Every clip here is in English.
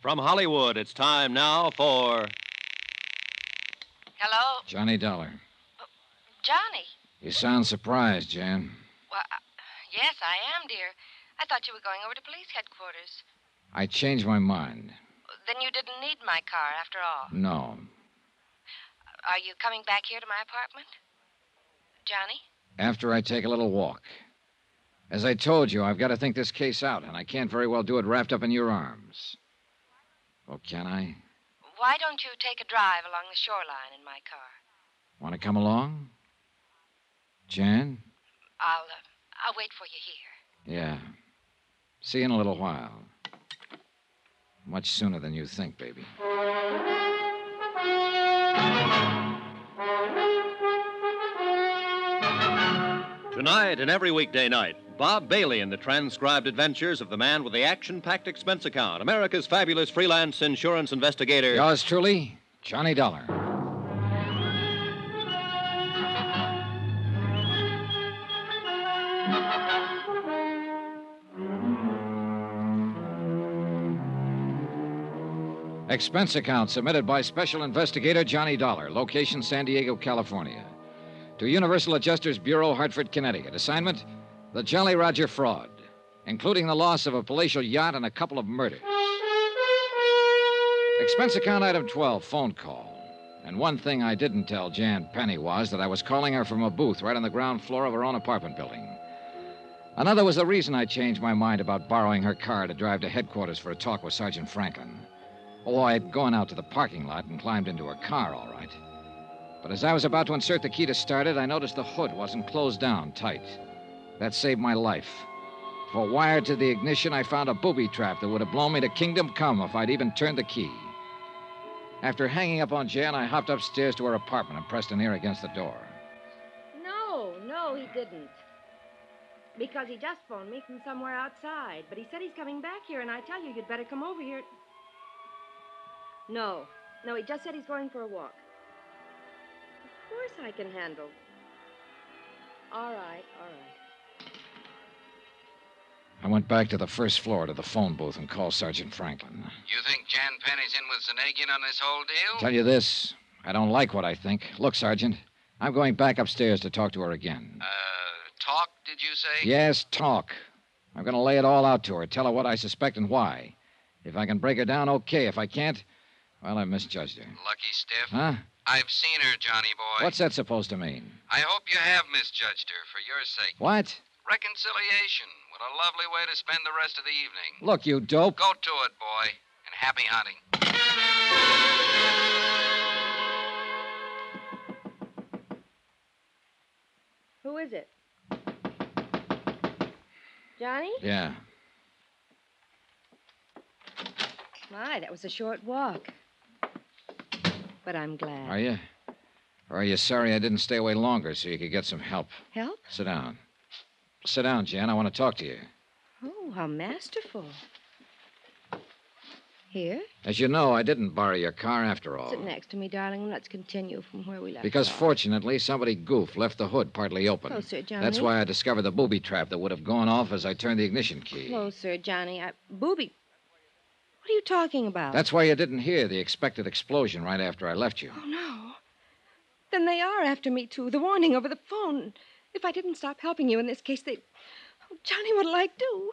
From Hollywood, it's time now for. Hello? Johnny Dollar. Johnny? You sound surprised, Jan. Well, uh, yes, I am, dear. I thought you were going over to police headquarters. I changed my mind. Then you didn't need my car after all. No. Are you coming back here to my apartment? Johnny? After I take a little walk. As I told you, I've got to think this case out, and I can't very well do it wrapped up in your arms. Oh, can I? Why don't you take a drive along the shoreline in my car? Want to come along? Jan? I'll uh, I'll wait for you here. Yeah. See you in a little while. Much sooner than you think, baby. Tonight and every weekday night, Bob Bailey in the transcribed adventures of the man with the action packed expense account, America's fabulous freelance insurance investigator. Yours truly, Johnny Dollar. Expense account submitted by Special Investigator Johnny Dollar, location San Diego, California. To Universal Adjusters Bureau, Hartford, Connecticut. Assignment The Jolly Roger fraud, including the loss of a palatial yacht and a couple of murders. Expense account item 12, phone call. And one thing I didn't tell Jan Penny was that I was calling her from a booth right on the ground floor of her own apartment building. Another was the reason I changed my mind about borrowing her car to drive to headquarters for a talk with Sergeant Franklin. Oh, I had gone out to the parking lot and climbed into her car, all right. But as I was about to insert the key to start it, I noticed the hood wasn't closed down tight. That saved my life. For wired to the ignition, I found a booby trap that would have blown me to kingdom come if I'd even turned the key. After hanging up on Jan, I hopped upstairs to her apartment and pressed an ear against the door. No, no, he didn't. Because he just phoned me from somewhere outside. But he said he's coming back here, and I tell you, you'd better come over here. No, no, he just said he's going for a walk. Of course I can handle. All right, all right. I went back to the first floor to the phone booth and called Sergeant Franklin. You think Jan Penny's in with Zanagian on this whole deal? Tell you this, I don't like what I think. Look, Sergeant, I'm going back upstairs to talk to her again. Uh, talk, did you say? Yes, talk. I'm going to lay it all out to her, tell her what I suspect and why. If I can break her down, okay. If I can't, well, I misjudged her. Lucky stiff. Huh? I've seen her, Johnny boy. What's that supposed to mean? I hope you have misjudged her for your sake. What? Reconciliation. What a lovely way to spend the rest of the evening. Look, you dope. Go to it, boy, and happy hunting. Who is it? Johnny? Yeah. My, that was a short walk. But I'm glad. Are you? Or are you sorry I didn't stay away longer so you could get some help? Help? Sit down. Sit down, Jan. I want to talk to you. Oh, how masterful. Here? As you know, I didn't borrow your car after all. Sit next to me, darling, and let's continue from where we left Oh. Because off. fortunately, somebody goofed left the hood partly open. Closer, Johnny. That's why I discovered the booby trap that would have gone off as I turned the ignition key. Closer, Johnny. I... Booby. What are you talking about? That's why you didn't hear the expected explosion right after I left you. Oh, no. Then they are after me, too. The warning over the phone. If I didn't stop helping you in this case, they. Oh, Johnny, what'll I do?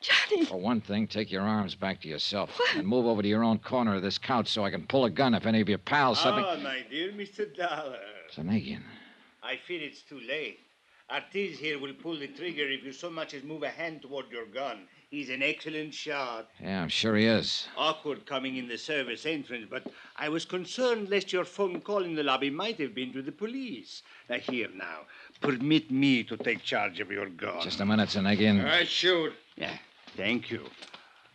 Johnny. For one thing, take your arms back to yourself and move over to your own corner of this couch so I can pull a gun if any of your pals suddenly. Ah, my dear Mr. Dollar. Zanagian. I fear it's too late. Ortiz here will pull the trigger if you so much as move a hand toward your gun. He's an excellent shot. Yeah, I'm sure he is. Awkward coming in the service entrance, but I was concerned lest your phone call in the lobby might have been to the police. Now, here now, permit me to take charge of your gun. Just a minute, Zanagian. I shoot. Yeah, thank you.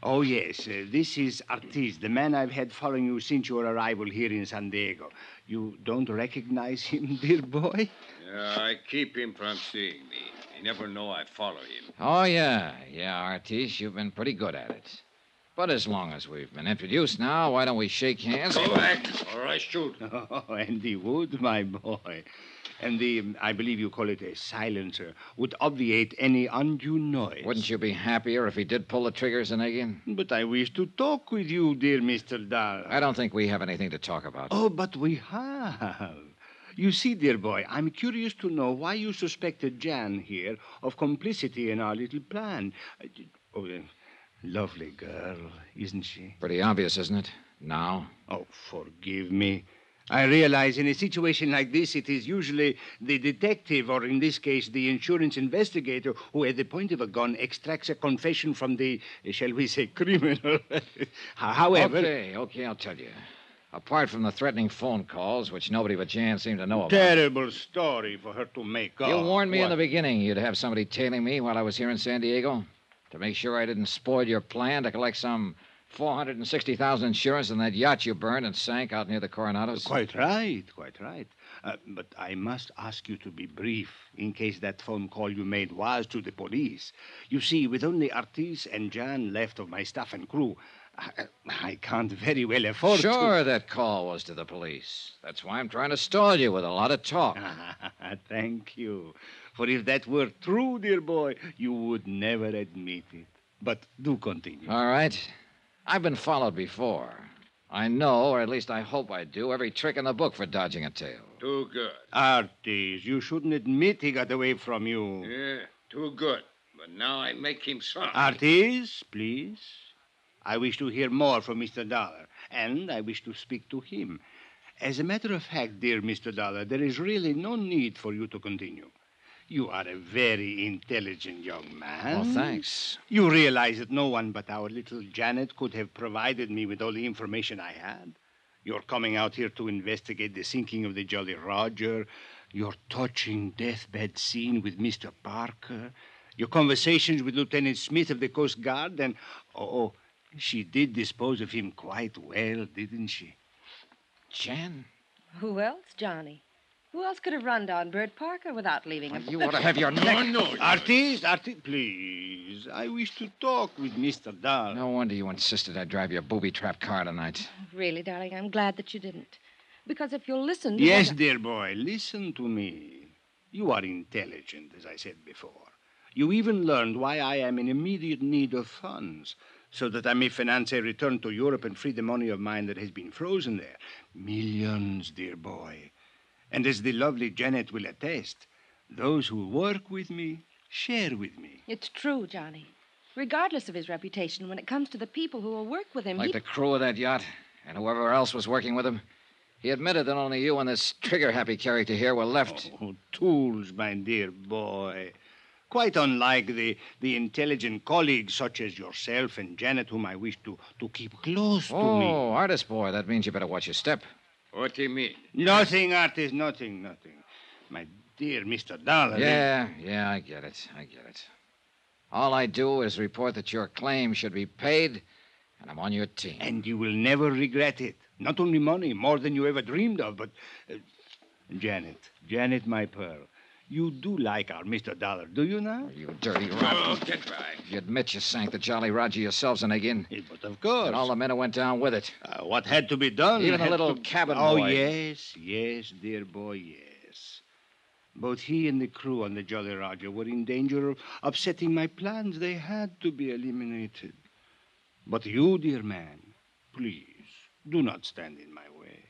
Oh, yes, uh, this is Ortiz, the man I've had following you since your arrival here in San Diego. You don't recognize him, dear boy? Yeah, I keep him from seeing me. He never know I follow him. Oh, yeah. Yeah, Artis, you've been pretty good at it. But as long as we've been introduced now, why don't we shake hands? Go back, or I shoot. Oh, and the wood, my boy. And the, um, I believe you call it a silencer, would obviate any undue noise. Wouldn't you be happier if he did pull the trigger, Zanegin? But I wish to talk with you, dear Mr. Dahl. I don't think we have anything to talk about. Oh, but we have. You see, dear boy, I'm curious to know why you suspected Jan here of complicity in our little plan. Uh, Oh, uh, lovely girl, isn't she? Pretty obvious, isn't it? Now? Oh, forgive me. I realize in a situation like this, it is usually the detective, or in this case, the insurance investigator, who, at the point of a gun, extracts a confession from the, shall we say, criminal. However. Okay, okay, I'll tell you. Apart from the threatening phone calls, which nobody but Jan seemed to know about. Terrible story for her to make up. You warned me in What? the beginning you'd have somebody tailing me while I was here in San Diego to make sure I didn't spoil your plan to collect some 460,000 insurance on that yacht you burned and sank out near the Coronados. Quite right, quite right. Uh, but I must ask you to be brief in case that phone call you made was to the police. You see, with only Artis and Jan left of my staff and crew, I, I can't very well afford to- Sure, that call was to the police. That's why I'm trying to stall you with a lot of talk. Ah, Thank you. For if that were true, dear boy, you would never admit it. But do continue. All right. I've been followed before. I know, or at least I hope I do, every trick in the book for dodging a tail. Too good. Artis, you shouldn't admit he got away from you. Yeah, too good. But now I make him sorry. Artis, please. I wish to hear more from Mr. Dollar, and I wish to speak to him. As a matter of fact, dear Mr. Dollar, there is really no need for you to continue. You are a very intelligent young man. Well, thanks. You realize that no one but our little Janet could have provided me with all the information I had. Your coming out here to investigate the sinking of the Jolly Roger, your touching deathbed scene with Mr. Parker, your conversations with Lieutenant Smith of the Coast Guard, and oh, oh, she did dispose of him quite well, didn't she? Jan, Who else, Johnny? Who else could have run down Bert Parker without leaving him? you ought to have your Oh, neck. no. Artist, artist, please. I wish to talk with Mr. Dahl. No wonder you insisted I drive your booby trap car tonight. Really, darling, I'm glad that you didn't. Because if you'll listen. to Yes, what I- dear boy, listen to me. You are intelligent, as I said before. You even learned why I am in immediate need of funds, so that I may finance a return to Europe and free the money of mine that has been frozen there. Millions, dear boy. And as the lovely Janet will attest, those who work with me share with me. It's true, Johnny. Regardless of his reputation, when it comes to the people who will work with him, Like he... the crew of that yacht and whoever else was working with him. He admitted that only you and this trigger happy character here were left. Oh, tools, my dear boy. Quite unlike the, the intelligent colleagues such as yourself and Janet, whom I wish to, to keep close to me. Oh, artist boy, that means you better watch your step. What do you mean? Nothing, artist, nothing, nothing. My dear Mr. Dollar. Yeah, yeah, I get it. I get it. All I do is report that your claim should be paid, and I'm on your team. And you will never regret it. Not only money, more than you ever dreamed of, but. uh, Janet, Janet, my pearl, you do like our Mr. Dollar, do you now? You dirty Oh, rat. get back. You admit you sank the Jolly Roger yourselves in again. Eh, But of course. And all the men who went down with it. Uh, what had to be done. Even a had to- little cabin oh, boy. yes, yes, dear boy, yes. Both he and the crew on the Jolly Roger were in danger of upsetting my plans. They had to be eliminated. But you, dear man, please, do not stand in my way.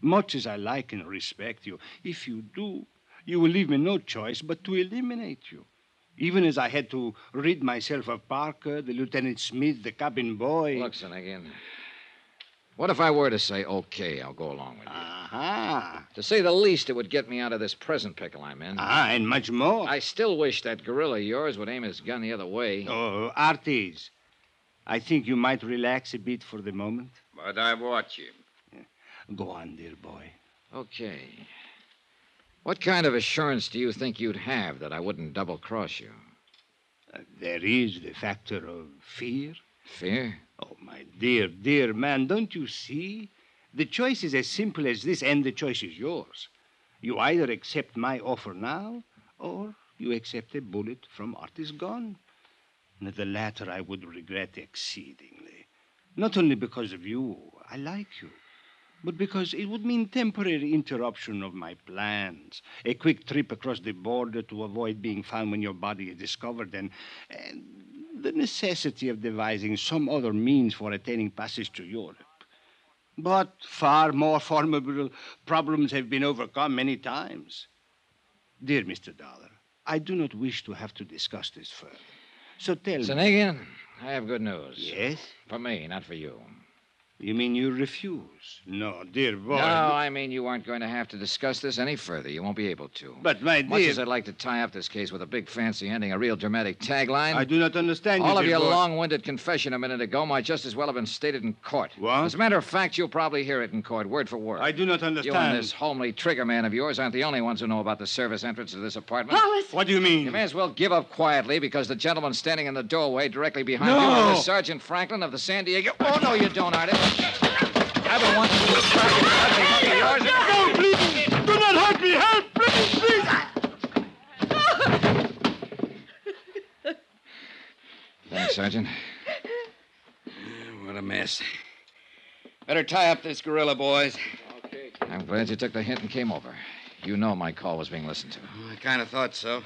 Much as I like and respect you, if you do, you will leave me no choice but to eliminate you. Even as I had to rid myself of Parker, the Lieutenant Smith, the cabin boy. Look, son, again. What if I were to say, okay, I'll go along Ah. with you? Aha. to say the least, it would get me out of this present pickle I'm in. Ah, and much more. I still wish that gorilla of yours would aim his gun the other way. Oh, Artis, I think you might relax a bit for the moment. But I watch him. Go on, dear boy. Okay. What kind of assurance do you think you'd have that I wouldn't double cross you? Uh, there is the factor of fear. Fear? Oh, my dear, dear man, don't you see? The choice is as simple as this, and the choice is yours. You either accept my offer now, or you accept a bullet from Artis Gone. And The latter I would regret exceedingly. Not only because of you, I like you, but because it would mean temporary interruption of my plans, a quick trip across the border to avoid being found when your body is discovered, and, and the necessity of devising some other means for attaining passage to Europe. But far more formidable problems have been overcome many times. Dear Mr. Dollar, I do not wish to have to discuss this further. So tell me. Sanagian, I have good news. Yes? For me, not for you. You mean you refuse? No, dear boy. No, I mean you aren't going to have to discuss this any further. You won't be able to. But, my Much dear. as I'd like to tie up this case with a big fancy ending, a real dramatic tagline, I do not understand you, all of dear your boy. long-winded confession a minute ago might just as well have been stated in court. What? As a matter of fact, you'll probably hear it in court, word for word. I do not You understand. and this homely trigger man of yours aren't the only ones who know about the service entrance to this apartment. Wallace! What do you mean? You may as well give up quietly because the gentleman standing in the doorway directly behind No! you is Sergeant Franklin of the San Diego. Oh, no, you don't, Artie. I've been wanting you to crack it. I've been yours. No, please! Do not hurt me! Help! Please, please! Thanks, Sergeant. What a mess. Better tie up this gorilla, boys. I'm glad you took the hint and came over. You know my call was being listened to. Oh, I kind of thought so.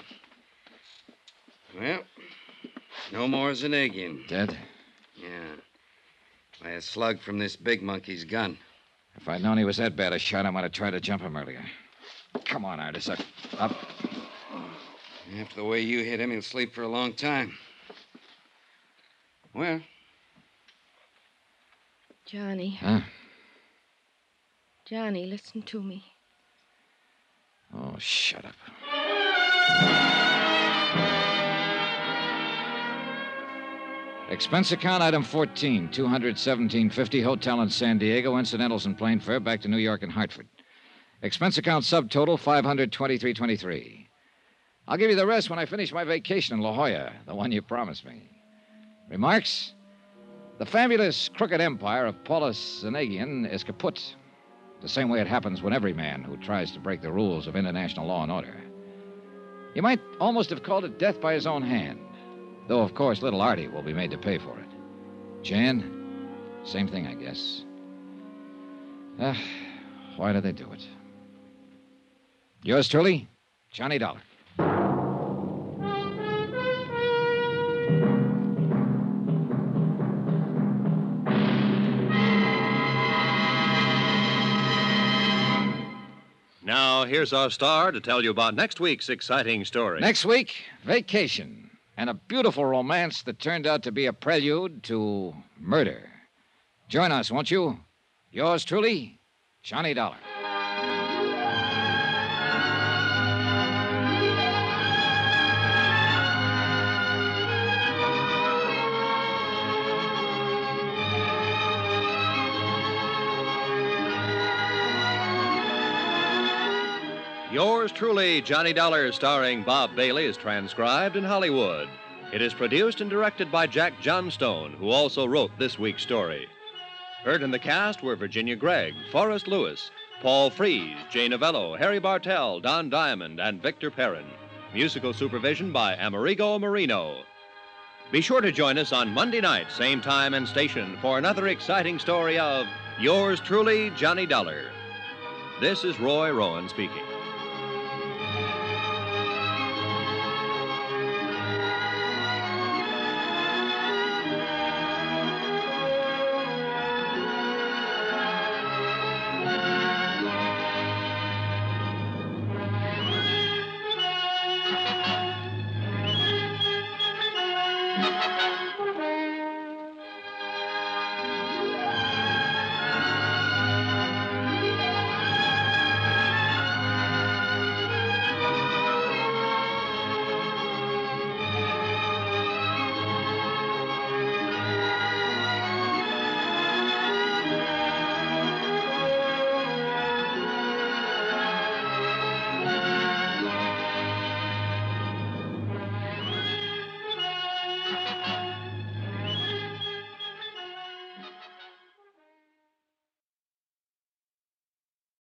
Well, no more Zanagian. Dead? Yeah. By a slug from this big monkey's gun. If I'd known he was that bad a shot, I might have tried to jump him earlier. Come on, Artis. Up. up. After the way you hit him, he'll sleep for a long time. Well, Johnny. Huh? Johnny, listen to me. Oh, shut up. Expense account item 14, 217.50, hotel in San Diego, incidentals and plane fare back to New York and Hartford. Expense account subtotal 523.23. I'll give you the rest when I finish my vacation in La Jolla, the one you promised me. Remarks? The fabulous crooked empire of Paulus Zanagian is kaput the same way it happens when every man who tries to break the rules of international law and order. You might almost have called it death by his own hand, though, of course, little Artie will be made to pay for it. Jan, same thing, I guess. Ah, why do they do it? Yours truly, Johnny Dollar. Now, here's our star to tell you about next week's exciting story. Next week, vacation and a beautiful romance that turned out to be a prelude to murder. Join us, won't you? Yours truly, Johnny Dollar. Yours truly, Johnny Dollar, starring Bob Bailey, is transcribed in Hollywood. It is produced and directed by Jack Johnstone, who also wrote this week's story. Heard in the cast were Virginia Gregg, Forrest Lewis, Paul Fries, Jay Novello, Harry Bartell, Don Diamond, and Victor Perrin. Musical supervision by Amerigo Marino. Be sure to join us on Monday night, same time and station, for another exciting story of Yours truly, Johnny Dollar. This is Roy Rowan speaking.